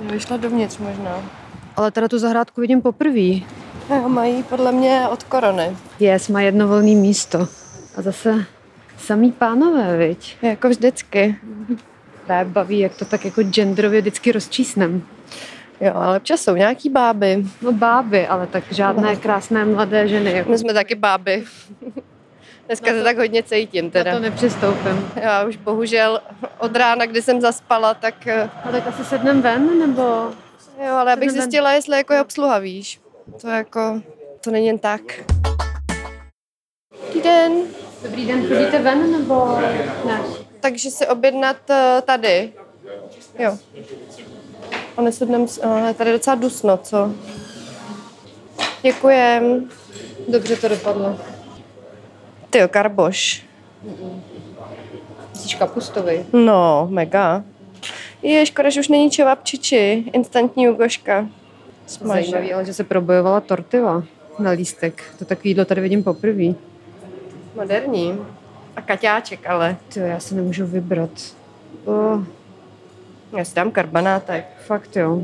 Vyšla dovnitř možná. Ale teda tu zahrádku vidím poprvé. Jo, mají podle mě od korony. Yes, má jedno volné místo. A zase samý pánové, viď? Jako vždycky. Právě baví, jak to tak jako genderově vždycky rozčísnem. Jo, ale občas jsou nějaký báby. No báby, ale tak žádné krásné mladé ženy. Jako. My jsme taky báby. Dneska Na se to- tak hodně cítím Na to teda. nepřistoupím. Já už bohužel od rána, kdy jsem zaspala, tak eh, A tak asi sednem ven, nebo... jo, ale abych Sedm den. zjistila, jestli jako je obsluha, víš. To jako, to není jen tak. Dobrý den. Dobrý den, chodíte ven, nebo ne? Takže si objednat eh, tady. Jo. A nesednem, s- ale tady eh, je docela dusno, co? Děkujem. Dobře to dopadlo. Ty karboš. Jsi kapustový. No, mega. Je škoda, že už není čevapčiči, instantní ugoška. Smaže. Zajímavý, ale že se probojovala tortila na lístek. To takový jídlo tady vidím poprvé. Moderní. A kaťáček, ale. To já se nemůžu vybrat. To Já si dám karbanátek. fakt jo.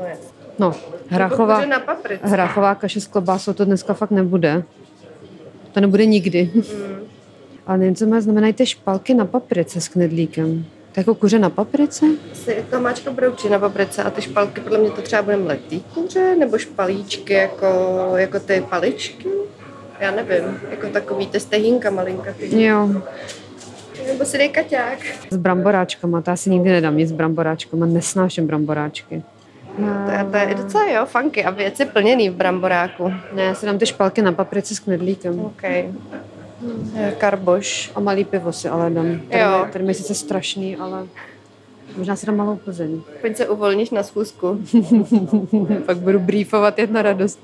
No, hrachová, Kukuře na paprice. hrachová kaše s klobásou to dneska fakt nebude. To nebude nikdy. Mm. Ale nevím, co má znamenají ty špalky na paprice s knedlíkem. To je jako kuře na paprice? Asi to máčko broučí na paprice a ty špalky, podle mě to třeba bude mletý kuře, nebo špalíčky jako, jako ty paličky. Já nevím, jako takový ty stehínka malinkatý. Jo. Nebo si dej kaťák. S bramboráčkama, to já si nikdy nedám nic s bramboráčkama, nesnáším bramboráčky. No, To, je- to je docela jo, funky a věci plněný v bramboráku. Ne, já si dám ty špalky na paprice s knedlíkem. OK. Eh, Karboš. A malý pivo si ale dám. Jo. Tady mi je sice strašný, ale možná si dám malou plzeň. Pojď se uvolníš na schůzku. Pak budu brýfovat jedna radost.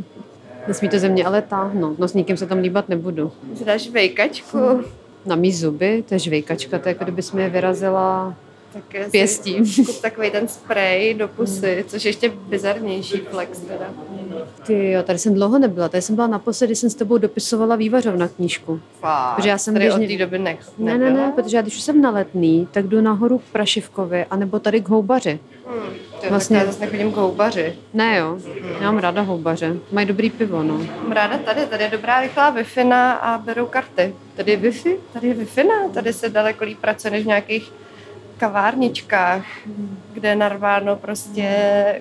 Nesmí to ze mě ale táhnout. No s nikým se tam líbat nebudu. Že Dáš vejkačku. Na mý zuby, to je žvejkačka, to je jako kdyby jsi mi je vyrazila Tak já si pěstí. Kup takový ten sprej do pusy, což je ještě bizarnější flex teda. Ty jo, tady jsem dlouho nebyla. Tady jsem byla naposledy, když jsem s tebou dopisovala vývařovna knížku. Fakt, Protože já jsem tady běžně- od té doby nech, Ne, ne, nebyla. ne, protože já když už jsem na letný, tak jdu nahoru k Prašivkovi, anebo tady k houbaři. Hmm, to Vlastně- vlastně. já zase nechodím k houbaři. Ne jo, já mám ráda houbaře. Mají dobrý pivo, no. Mám ráda tady, tady je dobrá rychlá wi a berou karty. Tady je Wi-Fi? Tady je wi tady se daleko líp pracuje než v nějakých kavárničkách, kde je narváno prostě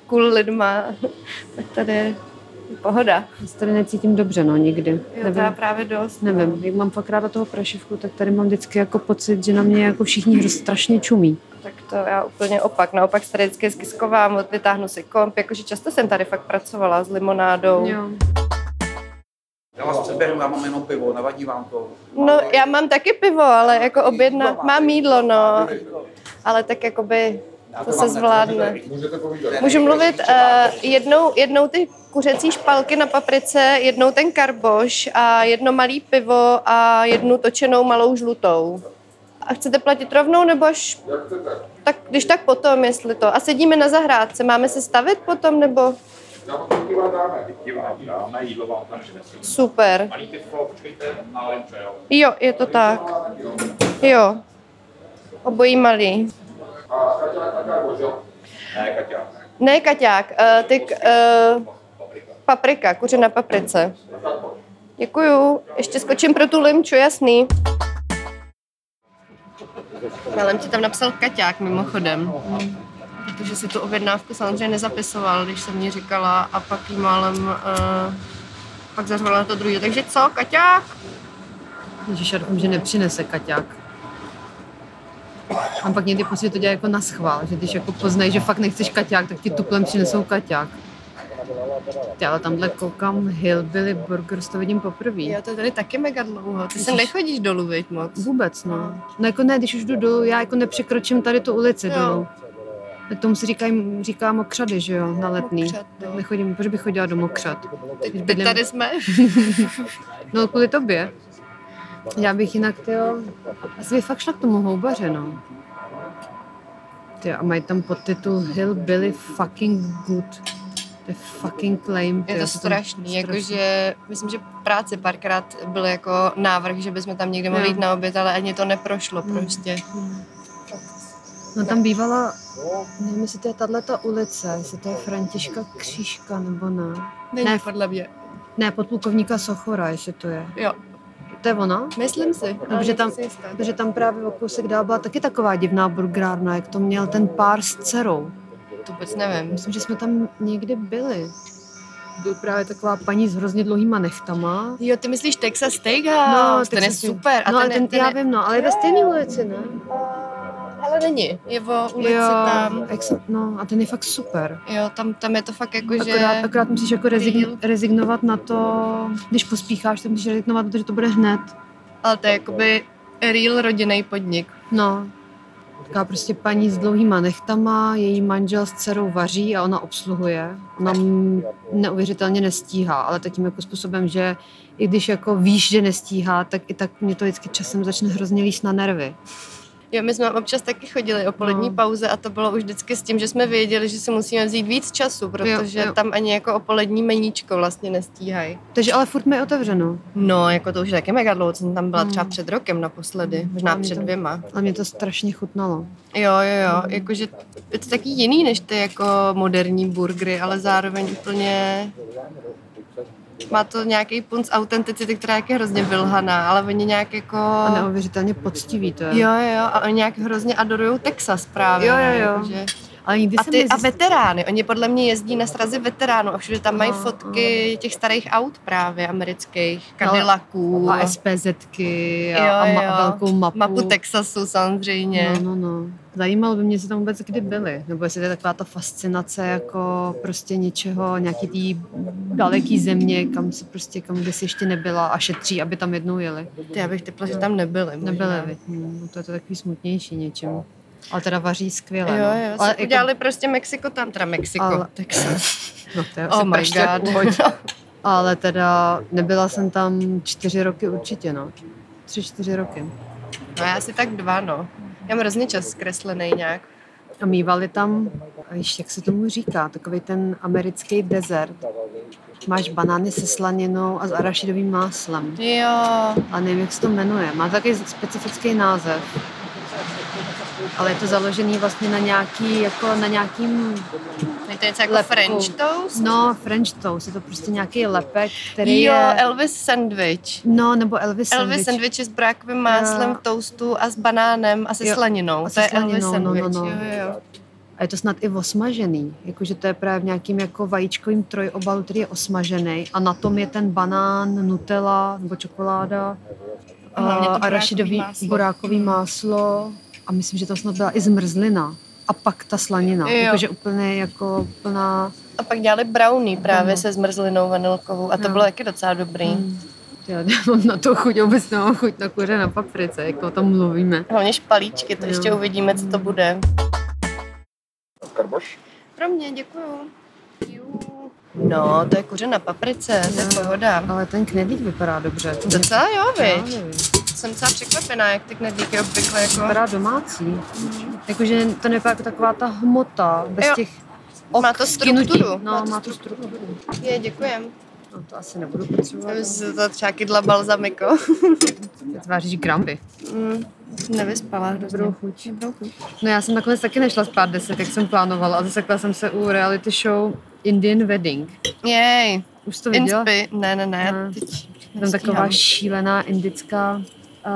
cool lidma. Tak tady je pohoda. Já se tady necítím dobře, no, nikdy. Jo, to Nevím. já právě dost. no. Nevím, jak mám fakt ráda toho prašivku, tak tady mám vždycky jako pocit, že na mě jako všichni hro- strašně čumí. Tak to já úplně opak. Naopak se tady vždycky skiskovám, vytáhnu si komp. Jakože často jsem tady fakt pracovala s limonádou. Já vás předběhnu, já mám jenom pivo, nevadí vám to. No, já mám taky pivo, ale jako objedna, mám jídlo, no. Ale tak jakoby to se zvládne. Můžete povídat. Můžu mluvit eh, jednou, jednou ty kuřecí špalky na paprice, jednou ten karboš a jedno malý pivo a jednu točenou malou žlutou. A chcete platit rovnou nebo až... Tak když tak potom, jestli to. A sedíme na zahrádce, máme se stavit potom nebo... Já vám pivo dáme. Pivo vám dáme, jídlo vám tam přineseme. Super. Malý pivko, počkejte, na orange, jo. Jo, je to tak. Jo. Obojí malý. A Kaťa, taká božo. Ne, Kaťa. Ne, Kaťák, eh, ty k- eh, paprika, kuře na paprice. Děkuju. Ještě skočím pro tu limču, jasný. Na limči tam napsal Kaťák mimochodem. Protože si tu objednávku samozřejmě nezapisoval, když jsem mi říkala a pak jí málem eh, pak zařvala na to druhý. Takže co, Kaťák? Ježíš, já doufám, že nepřinese kaťák. Mám pak někdy pocit, že to dělá jako na schvál, že když jako poznají, že fakt nechceš kaťák, tak ti tuplem přinesou kaťák. Ty, ale tamhle koukám Hillbilly Burgers, to vidím poprvé. Jo, to je tady taky mega dlouho. Ty se nechodíš dolů, viď moc. Vůbec, no. No jako ne, když už jdu dolů, já jako nepřekročím tady tu ulici Jo. dolů. Tak tomu se říká, říká mokřady, že jo, na letný. Mokřad, no. Tak nechodím, proč bych chodila do mokřad? Když Teď, teď bydlím- tady jsme. No kvůli tobě. Já bych jinak, tyjo, asi bych fakt šla k tomu houbaře, no. Tyjo, a mají tam podtitul Hillbilly fucking good. To je fucking claim. Je tyjo, to tam- strašný, jakože myslím, že práce párkrát byl jako návrh, že bychom tam někdy mohli Jo. Hmm. jít na oběd, ale ani to neprošlo Hmm. prostě. Hmm. No tam bývala, nevím, jestli to je tato ulice, jestli to je Františka Křížka nebo ne. Není Ne. ne. podle mě. Ne, podplukovníka Sochora, jestli to je. Jo. To je ona? Myslím si. ale že tam- nejsem si jistá. Protože tam právě o kousek dál byla taky taková divná burgerárna, jak to měl ten pár s dcerou. To vůbec nevím. Myslím, že jsme tam někdy byli. Byl právě taková paní s hrozně dlouhýma nechtama. Jo, ty myslíš Texas Steakhouse, teď ten je jsem si- super. A ten, no, ale ten, ten, já je- vím, no, ale je ve stejné ulici, ne? Ale není. Je o ulici tam. jak se, no, a ten je fakt super. Jo, tam, tam je to fakt jako, že... Akorát, akorát musíš jako rezign, rezignovat na to, když pospícháš, tak musíš rezignovat, protože to bude hned. Ale to je jakoby real rodinný podnik. No, taková prostě paní s dlouhýma nechtama, její manžel s dcerou vaří a ona obsluhuje. Ona m- neuvěřitelně nestíhá, ale takým jako způsobem, že i když jako víš, že nestíhá, tak i tak mě to vždycky časem začne hrozně líst na nervy. Jo, my jsme občas taky chodili o polední No. no. pauze a to bylo už vždycky s tím, že jsme věděli, že si musíme vzít víc času, protože Jo, jo. tam ani jako o polední meníčko vlastně nestíhají. Takže ale furt mi je otevřeno. No, jako to už je taky mega dlouho, co jsem tam byla Mm. třeba před rokem naposledy, A možná mě před to- dvěma. Ale mě to strašně chutnalo. Jo, jo, jo, jakože je to taky jiný než ty jako moderní burgery, ale zároveň úplně má to nějaký punc autenticity, která je taky hrozně vylhaná, ale oni nějak jako... A neuvěřitelně poctivý to je. Jo, jo, jo, a oni nějak hrozně adorují Texas právě. Jo, jo, ne, jo. jakože- Ale nikdy A, jsem ty, a nezjist- veterány, oni podle mě jezdí na srazy veteránů a všude tam mají Aha, no, fotky těch starých aut právě amerických, Cadillaců, no, a SPZky a, Jo, a ma- jo. velkou mapu. mapu Texasu samozřejmě. No, no, no. Zajímalo by mě, jestli tam vůbec kdy byli. Nebo jestli to je taková ta fascinace jako prostě něčeho, nějaký tý daleký země, kam se prostě, kam kdysi ještě nebyla a šetří, aby tam jednou jeli. Ty, já bych typla, že tam nebyly. možná. no. Nebyly, viď? Hm, no, to je to takový smutnější něčím. Ale teda vaří Jo, skvěle. no. jo, ale ale jako... udělali prostě Mexiko tam, teda Mexiko, Ale- ale... Texas. no, to je Oh asi my praště jak God. uhoď. Ale teda nebyla jsem tam čtyři roky určitě, no. Tři, čtyři roky. No já asi tak dva, no. Já mám hrozně čas zkreslený nějak. A mývali tam, a víš, jak se tomu říká, takový ten americký desert. Máš banány se slaninou a s arašidovým máslem. Jo, A nevím, jak se to jmenuje. Má takový specifický název. Ale je to založený vlastně na nějaký, jako na nějakým, je to něco jako Lepkou. French toast? no, French toast. Je to prostě nějaký lepek, který jo, je... Elvis sandwich. No, nebo Elvis, Elvis sandwich. sandwich s brákovým máslem Jo. v toastu a s banánem a se Jo, slaninou. a se to je Elvis slaninou, no, no, sandwich. no. Jo, jo. A je to snad i osmažený. Jakože to je právě v nějakým jako vajíčkovým trojobalu, který je osmažený. A na tom je ten banán, nutella nebo čokoláda. A hlavně to a borákový rašidový máslo. borákový máslo. A myslím, že tam snad byla i zmrzlina. A pak ta slanina. Jo. Jakože úplně jako plná... A pak dělali brownie právě Ano. se zmrzlinou vanilkovou a to Jo. bylo taky docela dobrý. Mm. Já nemám na to chuť, vůbec nemám chuť na kuře na paprice, jak o tom mluvíme. Hlavně špalíčky, to Jo. ještě uvidíme, co to bude. Karboš? Pro mě, děkuju. No, to je kuře na paprice, to je Jo. pohoda. Ale ten knedlík vypadá dobře. Docela jo, viď? Právě. Jsem docela překvapená, jak ty knedlíky obvykle jako... Vypadá domácí. Jakože to nevypadá jako taková ta hmota, bez Jo. těch Má to kinutí. strukturu. No, má tu strukturu. Je, děkujem. No, to asi nebudu potřebovat. Já myslím, že To třeba kydla balzamiko. Tváříš gramby. Mm, nevyspala hrozně. Dobrou chuť. Dobrou chuť. No já jsem nakonec taky nešla spát 10, jak jsem plánovala, a zasekla jsem se u reality show Indian Wedding. Jej, Už jsi to viděla? inspi. Ne, ne, ne. Ne. Teď Tam nestíhám. taková šílená indická uh,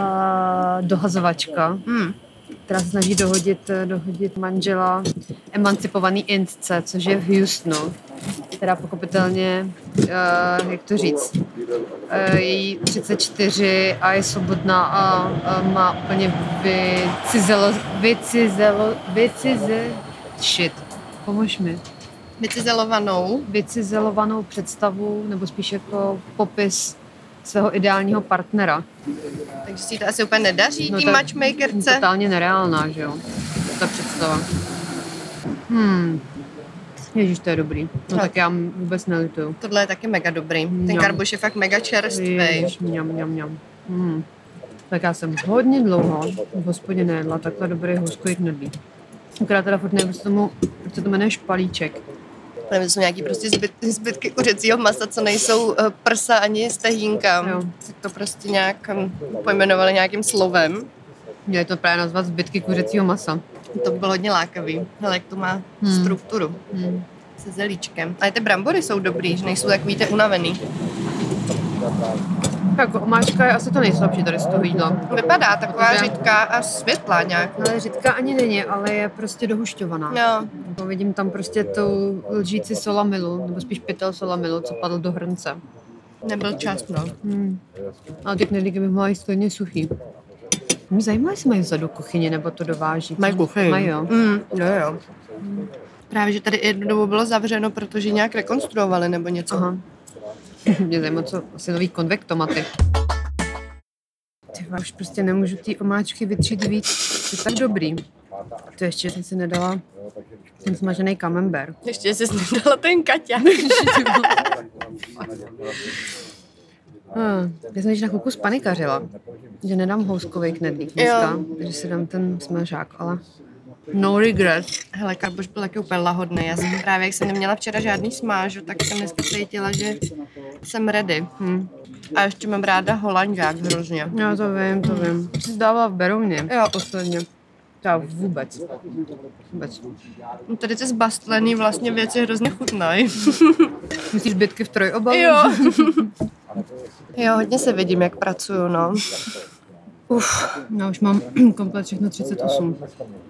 dohazovačka, Hmm. která se snaží dohodit, eh, dohodit manžela emancipovaný Indce, což je v Houstonu, která pochopitelně, uh, jak to říct, Eh, její 34 a je svobodná a, a má úplně vycizelo, vycizelo, vycize, shit, pomož mi, Vycizelovanou. vycizelovanou představu nebo spíš jako popis svého ideálního partnera. Takže si to asi úplně nedaří, No no, tý tak- matchmakerce. Totálně nereálná, že jo, ta představa. Hmm, Ježíš, to je dobrý. No Tak. tak já vůbec nelituju. Tohle je taky mega dobrý. Ten Jo. karboš je fakt mega čerstvý. Ježiš, mňam, mňam, mňam. Mm. Tak já jsem hodně dlouho v hospodě nejedla takhle dobrý hořkový knedlík. Akorát teda furt nevím, co tomu, proč se to jmenuje špalíček. Nebo to jsou nějaký prostě zbyt, zbytky kuřecího masa, co nejsou eh, prsa ani stehínka. Jo. Tak to prostě nějak hm, pojmenovali nějakým slovem. Měli to právě nazvat zbytky kuřecího masa. To bylo hodně lákavý. Hele, jak to má Hmm. strukturu Hmm. se zelíčkem. A ty brambory jsou dobrý, že nejsou takový ty unavený. Tak Jako omáčka je asi to nejslabší tady z toho jídla. Vypadá taková Dobrá. řídká a světlá nějak. Ale řidka No, ani není, ale je prostě dohušťovaná. Jo, Jako Vidím tam prostě tu lžíci solamilu, nebo spíš pytel solamilu, co padl do hrnce. nebyl čas, no. Hmm. Ale ty knedlíky bych mohla jíst klidně suchý. Mě zajímá, jestli mají vzadu kuchyni, nebo to dováží. kuchyň. Mají, jo. Mm, jo, jo. Právě, že tady jednu dobu bylo zavřeno, protože nějak rekonstruovali nebo něco. Aha. Mě zajímá, co asi nový konvek tomaty. Ty vole, už prostě nemůžu ty omáčky vytřít víc. To je tak dobrý. To ještě jsem si nedala ten smažený kamember. Ještě jsi nedala ten kaťák. Hmm. Já jsem již na chvilku spanikařila, že nedám houskový knedlík dneska, že si dám ten smažák, ale no regret. Hele, Karboš byl taky úplně lahodný. Já jsem právě, jak jsem neměla včera žádný smážu, tak jsem dneska cítila, že jsem ready. Hm. A ještě mám ráda holandžák hrozně. Já to vím, to vím. Jsi dávala v Berouně Jo. posledně. Já vůbec. Vůbec. No Tady ty zbastlený vlastně věci hrozně chutnají. Myslíš bytky v trojobalu? jo, hodně se vidím, jak pracuju, no. Uf, já už mám komplet všechno 38.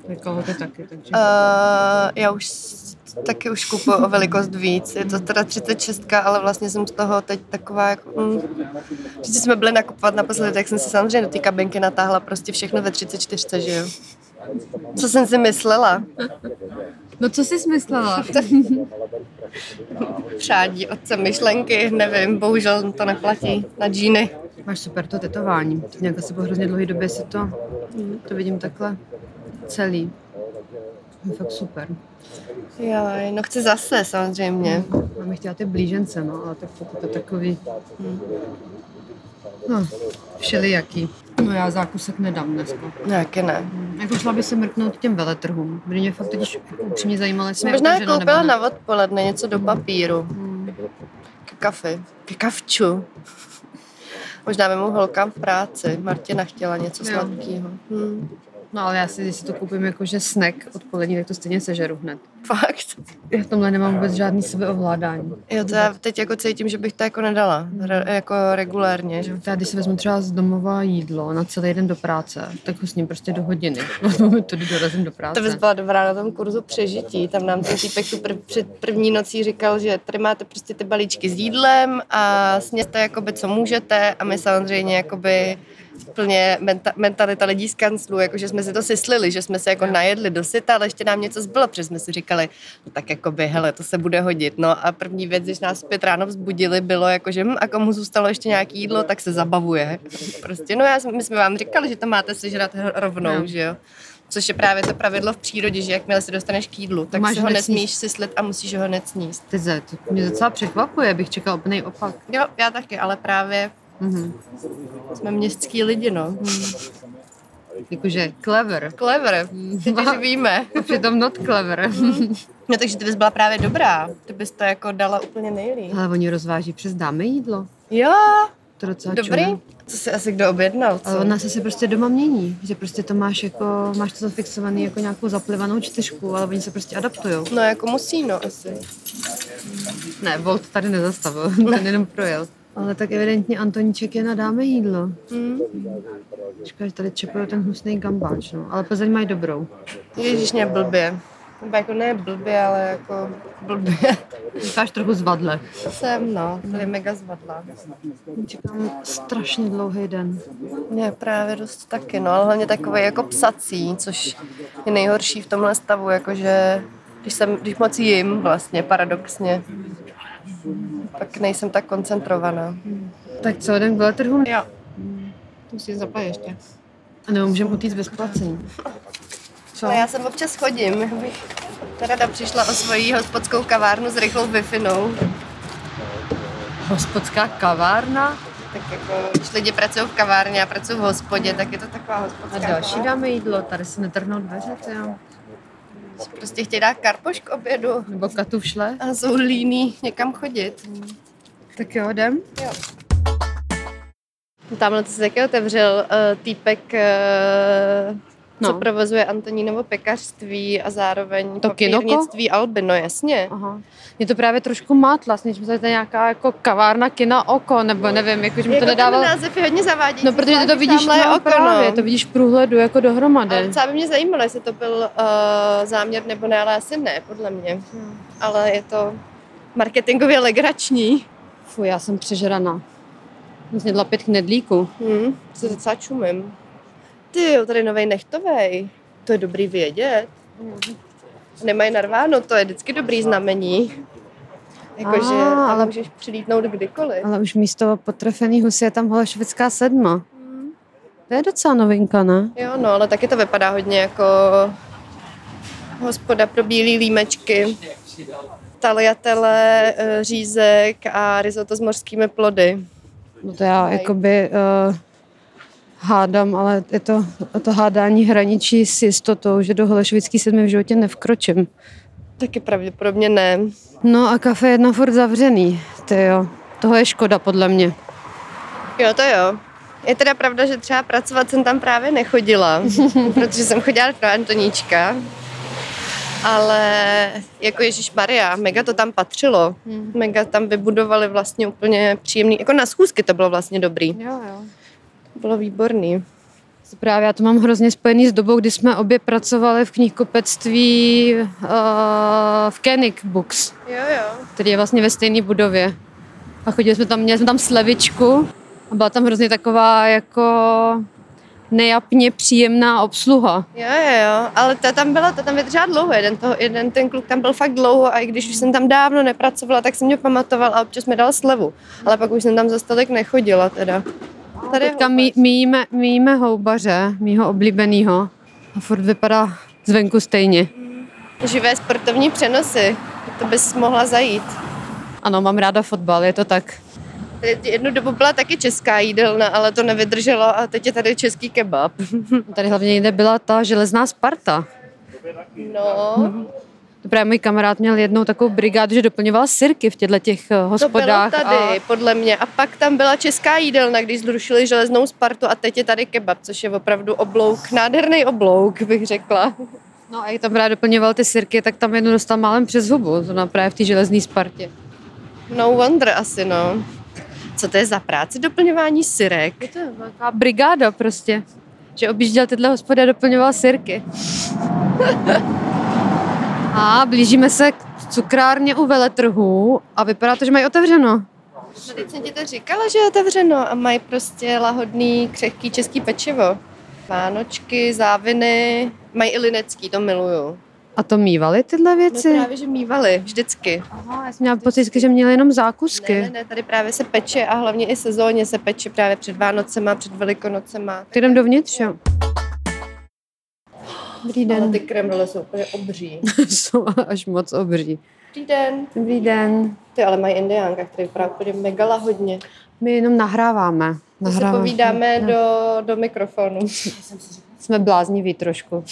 Vykoho to taky, takže... Uh, já už s- taky už kupuju o velikost víc. Je to teda 36, ale vlastně jsem z toho teď taková jako... Mm. Vždyť jsme byli nakupovat naposledy, tak jsem si samozřejmě do té kabinky natáhla prostě všechno ve 34, že jo. Co jsem si myslela? No co jsi myslela? Přádí otce myšlenky, nevím, bohužel to neplatí na džíny. Máš super to tetování. To nějak asi po hrozně dlouhé době se to, to vidím takhle celý. Je fakt super. Jo, no chci zase samozřejmě. Já bych chtěla ty blížence, no, ale tak to, to, to takový... Hm. No, všelijaký. No já zákusek nedám dneska. Nějaké No, ne. Hm, Jako šla by se mrknout k těm veletrhům. By mě fakt totiž jako upřímně zajímalo, jestli Jsem mě možná otevřeno nebo koupila ne. na odpoledne něco do papíru. Hm. Ke kafi. Ke kavču. Možná vemu holkám v práci. Martina chtěla něco Jo. sladkého. Hmm. No ale já si, když si to koupím jakože snack odpolední, tak to stejně sežeru hned. Fakt. Já v tomhle nemám vůbec žádný sebeovládání. Jo, to já teď jako cítím, že bych to jako nedala. Re, jako regulérně. Že? Já když si vezmu třeba z domova jídlo na celý den do práce, tak ho s ním prostě do hodiny. Od momentu, kdy dorazím do práce. To bys byla dobrá na tom kurzu přežití. Tam nám ten týpek tu prv, před první nocí říkal, že tady máte prostě ty balíčky s jídlem a sněte jakoby co můžete a my samozřejmě jakoby plně menta, mentalita lidí z kanclu, jakože jsme si to syslili, že jsme se jako najedli do syta, ale ještě nám něco zbylo, protože jsme si říkali, no tak jakoby, hele, to se bude hodit. No a první věc, když nás pět ráno vzbudili, bylo jako, že hm, a komu zůstalo ještě nějaký jídlo, tak se zabavuje. Prostě, no já, jsem- my jsme vám říkali, že to máte sežrat hr- rovnou, No. že jo. Což je právě to pravidlo v přírodě, že jakmile se dostaneš k jídlu, tak Máš si ho hned sníst. nesmíš syslit a musíš ho hned sníst. Teď za- to mě docela překvapuje, bych čekal úplný opak. Jo, já taky, ale právě Mhm. jsme městský lidi, no. Hmm. Jakože clever. Clever. Hmm. Teď už víme. Přitom not clever. No takže ty bys byla právě dobrá. Ty bys to jako dala úplně nejlíp. Ale oni rozváží přes dámy jídlo. Jo, To docela dobrý. čuje. Co si asi kdo objednal, co? Ale ona se si prostě doma mění, že prostě to máš jako, máš to zafixovaný jako nějakou zaplivanou čtyřku, ale oni se prostě adaptujou. No jako musí, no asi. Ne, Volt tady nezastavil, ten jenom projel. Ale tak evidentně Antoníček je na dáme jídlo. Hmm. Říká, že tady čepují ten hnusný gambáč, no. Ale Plzeň mají dobrou. Ježíš, ne blbě. Nebo jako ne blbě, ale jako blbě. Říkáš trochu zvadle. Jsem, no, tady mega zvadla. Čekám strašně dlouhý den. Ne, právě dost taky, no, ale hlavně takový jako psací, což je nejhorší v tomhle stavu, jakože když, jsem, když moc jim vlastně, paradoxně, tak nejsem tak koncentrovaná. Tak co, jdem k veletrhům? Jo. Musím zaplatit ještě. A nebo můžeme utíct bez placení. Co? No, já sem občas chodím, já bych rada přišla o svoji hospodskou kavárnu s rychlou wi Hospodská kavárna Tak jako, když lidi pracují v kavárně a pracují v hospodě, tak je to taková a hospodská další kavárna. dáme jídlo. Tady se netrhnou dveře, to jo. Prostě chtějí dát karpoš k obědu Nebo katu všle. a jsou líní někam chodit. Tak jo, jdem. Tamhle to se taky otevřel uh, týpek uh, eh, co No. provozuje Antonínovo pekařství a zároveň To kinoko? papírnictví Alby, no jasně. Aha. Mě to právě trošku mátla, sněž mi to je nějaká jako kavárna kina oko, nebo nevím, jakože mi to jako nedávalo. ten název je hodně zavádějící. No, protože ty to zvlášť vidíš, tamhle je no, okno. právě, to vidíš v průhledu jako dohromady. Ale docela by mě zajímalo, jestli to byl uh, záměr nebo ne, ale asi ne, podle mě. Ale je to marketingově legrační. Fuj, já jsem přežraná. Znědla pět knedlíků. Hm, se docela čumím. Ty jo, tady novej nechtovej. To je dobrý vědět. Nemají narváno, to je vždycky dobrý znamení. Jakože Ah, tam ale- můžeš přilítnout kdykoliv. Ale už místo potrefený husy je tam holešovická sedma. Hm. To je docela novinka, ne? Jo, no, ale taky to vypadá hodně jako hospoda pro bílý límečky. Taliatele, eh, řízek a risotto s mořskými plody. No to já Hej. jakoby uh, hádám, ale je to, to hádání hraničí s jistotou, že do holešovický sedmi v životě nevkročím. Taky pravděpodobně ne. No a kafe jedna furt zavřený, ty jo. Tohle je škoda podle mě. Jo, to jo. Je teda pravda, že třeba pracovat jsem tam právě nechodila, protože jsem chodila pro Antoníčka. Ale jako Ježíš Maria, mega to tam patřilo. Mega tam vybudovali vlastně úplně příjemný, jako na schůzky to bylo vlastně dobrý. Jo, jo. Bylo výborný. Právě já to mám hrozně spojený s dobou, kdy jsme obě pracovali v knihkupectví uh, v Koenig Books, Jo, jo. který je vlastně ve stejné budově. A chodili jsme tam, měli jsme tam slevičku a byla tam hrozně taková jako nejapně příjemná obsluha. Jo, jo, jo, ale ta tam byla, ta tam vydržela dlouho, jeden, toho, jeden ten kluk tam byl fakt dlouho a i když už jsem tam dávno nepracovala, tak jsem mě pamatoval a občas mi dal slevu, ale pak už jsem tam za tolik nechodila teda. Tady je Teďka houba. mí- míjíme, míjíme houbaře, mýho oblíbeného a furt vypadá zvenku stejně. živé sportovní přenosy, to bys mohla zajít. Ano, mám ráda fotbal, je to tak. Tady Jednu dobu byla taky česká jídelna, ale to nevydrželo a teď je tady český kebab. Tady hlavně někde byla ta železná Sparta. No, To právě můj kamarád měl jednou takovou brigádu, že doplňoval sirky v těchto těch eh, to bylo hospodách. tady, A podle mě. A pak tam byla česká jídelna, když zrušili železnou Spartu a teď je tady kebab, což je opravdu oblouk, nádherný oblouk, bych řekla. no a jak tam právě doplňoval ty sirky, tak tam jednu dostal málem přes hubu, to právě v té železné Spartě. No wonder asi, no. Co to je za práci doplňování syrek? Je to velká brigáda prostě, že objížděl tyhle hospody a doplňoval sirky. a blížíme se k cukrárně u veletrhu a vypadá to, že mají otevřeno. No, teď jsem ti to říkala, že je otevřeno a mají prostě lahodný, křehký český pečivo. Vánočky, záviny, mají i linecký, to miluju. A to mývali tyhle No věci? právě, že mývali, vždycky. Aha, já jsem měla pocit, že měli jenom zákusky. Ne, ne, ne, tady právě se peče a hlavně i sezóně se peče právě před Vánocema, před Velikonocema. Ty jdem dovnitř, jo? Dobrý Ale den. ty kremrle jsou úplně obří. Jsou až moc obří. Dobrý den. Dobrý den. Ty ale mají indiánka, který vypadá úplně mega lahodně. My jenom nahráváme. To se nahráváme. povídáme do, do mikrofonu. Jsme blázniví trošku.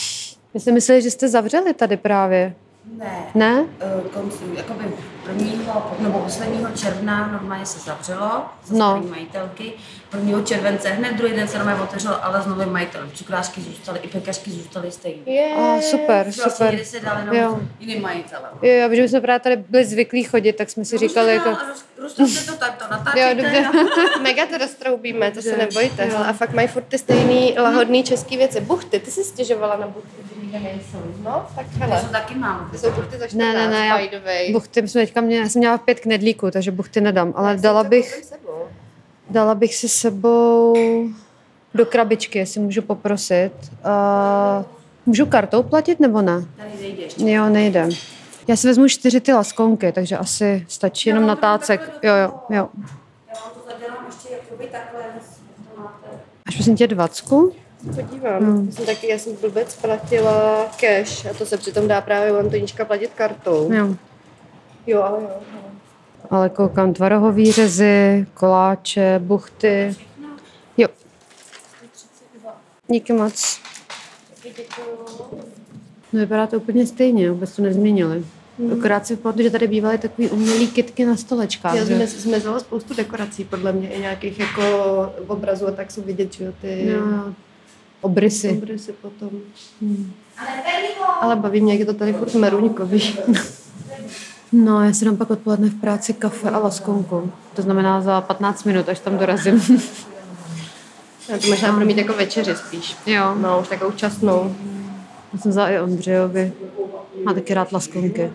My jsme mysleli, že jste zavřeli tady právě. Ne, Ne? eh, konců, jakoby prvního nebo posledního června normálně se zavřelo, za No. no. majitelky. Prvního července hned, druhý den se normálně otevřelo, ale s novým majitelem. Cukrářky zůstaly, i pekařky zůstaly stejný. Yeah. A, super, Vlastně super. jde se dali Jo. na jiným majitelem. Jo, jo, protože my jsme právě tady byli zvyklí chodit, tak jsme No, si říkali jako... Rozstavte to tak, to natáčíte. Jo, dobře. a- Mega to roztroubíme, to se nebojte. Jo. Hele, A fakt mají furt ty stejný lahodný český věci. Buchty, ty jsi stěžovala na buchty, že nikde nejsou. No, tak Já to hele. taky mám. Ty jsou buchty za 14, Ne, ne, ne, já- by the way. Buchty, my jsme teďka mě, já jsem měla pět knedlíků, takže buchty nedám, Já ale jsem dala to koupím bych, sebou. dala bych si sebou do krabičky, jestli můžu poprosit. Uh, můžu kartou platit nebo ne? Tady nejde ještě. Jo, nejde. Já si vezmu čtyři ty laskonky, takže asi stačí jenom natácek. Jo, jo, jo. Já vám to zadělám ještě jakoby takhle, to máte. Až prosím tě dvacku. Podívám. Hmm. Já jsem taky, já jsem blbec platila cash a to se přitom dá právě u Antoníčka platit kartou. Jo. Jo, ale jo. no. jo. Ale koukám tvarohový řezy, koláče, buchty. Jo. Díky moc. No vypadá to úplně stejně, vůbec to nezměnili. Akorát si pamatuju, že tady bývaly takový umělý kitky na stolečkách. Já že? zme- zmizela spoustu dekorací, podle mě i nějakých jako obrazů a tak jsou vidět, že jo, ty No, jo. obrysy. obrysy potom. Hmm. Ale baví mě, jak je to tady furt meruňkový. No, já si dám pak odpoledne v práci kafe a laskonku. To znamená za 15 minut, až tam dorazím. Já to možná budu mít jako večeři spíš. jo, No, už takovou časnou. já jsem vzala i Ondřejovi. Má taky rád laskonky.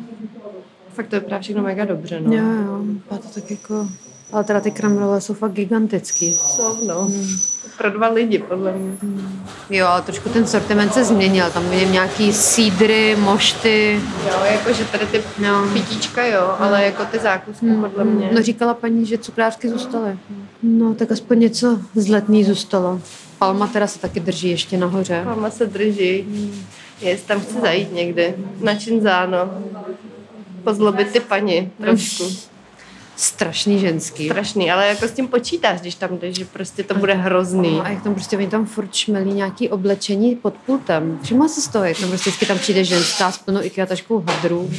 Fakt to vypadá všechno mega dobře, no. Jo, jo, vypadá to tak jako... Ale teda ty kramrole jsou fakt gigantický. Jsou, no. Hmm. Pro dva lidi, podle mě. Jo, ale trošku ten sortiment se změnil. Tam vidím nějaký sídry, mošty. Jo, jakože tady ty No. pitíčka, jo, ale jako ty zákusky, podle mě. No říkala paní, že cukrářky zůstaly. No, tak aspoň něco z letní zůstalo. Palma teda se taky drží ještě nahoře. Mama se drží. Jest, tam chci zajít někdy. Na Činzáno. Pozlobit ty paní trošku. Hmm. Strašný ženský. Strašný, ale jako s tím počítáš, když tam jdeš, že prostě to bude hrozný. A jak tam prostě, oni tam furt šmelí nějaký oblečení pod pultem. Všimla se z toho, jak tam prostě vždycky tam přijde ženská s plnou ikiataškou hadrů.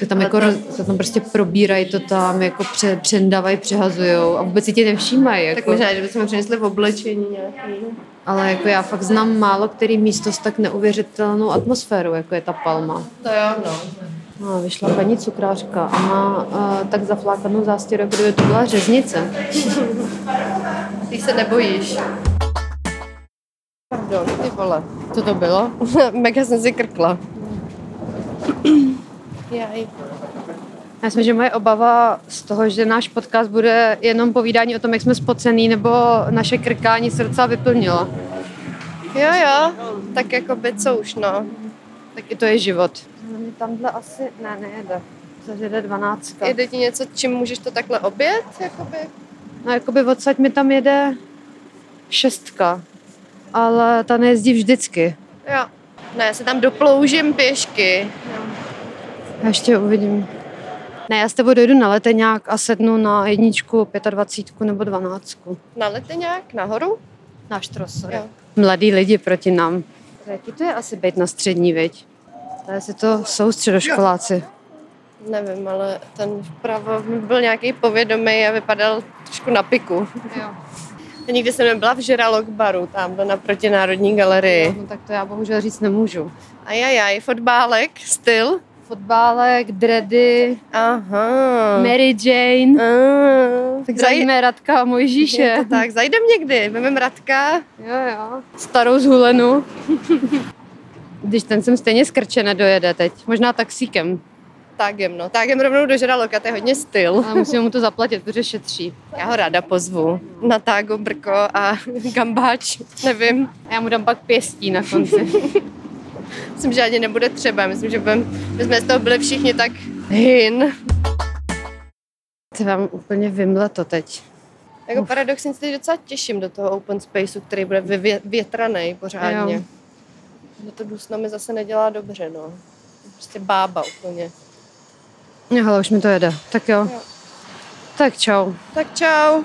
To tam, Ale jako, to- roz- to tam prostě probírají to tam, jako pře, přendavají, přehazujou a vůbec si tě nevšímají. Jako. Tak možná, že bychom přinesli v oblečení nějaký. Ale jako já fakt znám málo který místo s tak neuvěřitelnou atmosférou, jako je ta palma. To jo, no. No, vyšla paní cukrářka a má uh, tak zaflákanou zástěru, jako kdyby to byla řeznice. Ty se nebojíš. Pardon, ty vole. Co to bylo? Mega jsem si krkla. Jaj. Já myslím, že moje obava z toho, že náš podcast bude jenom povídání o tom, jak jsme spocený, nebo naše krkání se docela vyplnilo. Jo, jo, tak jako by co už, no. Taky to je život. No, Mě tamhle asi, ne, nejede. Zařede 12. Jde ti něco, čím můžeš to takhle obět, jakoby? No, jakoby odsaď mi tam jede šestka, ale ta nejezdí vždycky. Jo. No, já se tam doploužím pěšky. Já ještě uvidím. Ne, já s tebou dojdu na leteňák a sednu na jedničku, 25 nebo 12. Na nějak nahoru? Náš trosory. Jo. Mladí lidi proti nám. Jaký to je asi být na střední, viď? Tady si to jsou středoškoláci. Nevím, ale ten vpravo mi byl nějaký povědomý a vypadal trošku na piku. Jo. A nikdy jsem nebyla v Žeralok baru, tamhle naproti Národní galerii. No, tak to já bohužel říct nemůžu. Ajajaj, fotbálek, styl. Fotbálek, dredy, Aha. Mary Jane. Ah, No. Tak zaj- zajíme Radka a Mojžíše. Je to Tak, zajdem někdy, vememe Radka. Jo, jo. Starou zhulenu. Když ten sem stejně skrče nedojede teď. Možná taxíkem. Tágem, no. Tágem rovnou do Žeraloka, to je hodně styl. Ale musíme mu to zaplatit, protože šetří. Já ho ráda pozvu. Na tágo, brko a gambáč, nevím. A já mu dám pak pěstí na konci. Myslím, že ani nebude třeba. Myslím, že, budem, že jsme z toho byli všichni tak hin. Ty vám úplně vymle to teď. Jako paradoxně se teď docela těším do toho open spaceu, který bude vyvě- větraný pořádně. Jo. Že to dusno mi zase nedělá dobře, no. Prostě bába úplně. Jo, hele, už mi to jede. Tak jo. Jo. Tak čau. Tak čau.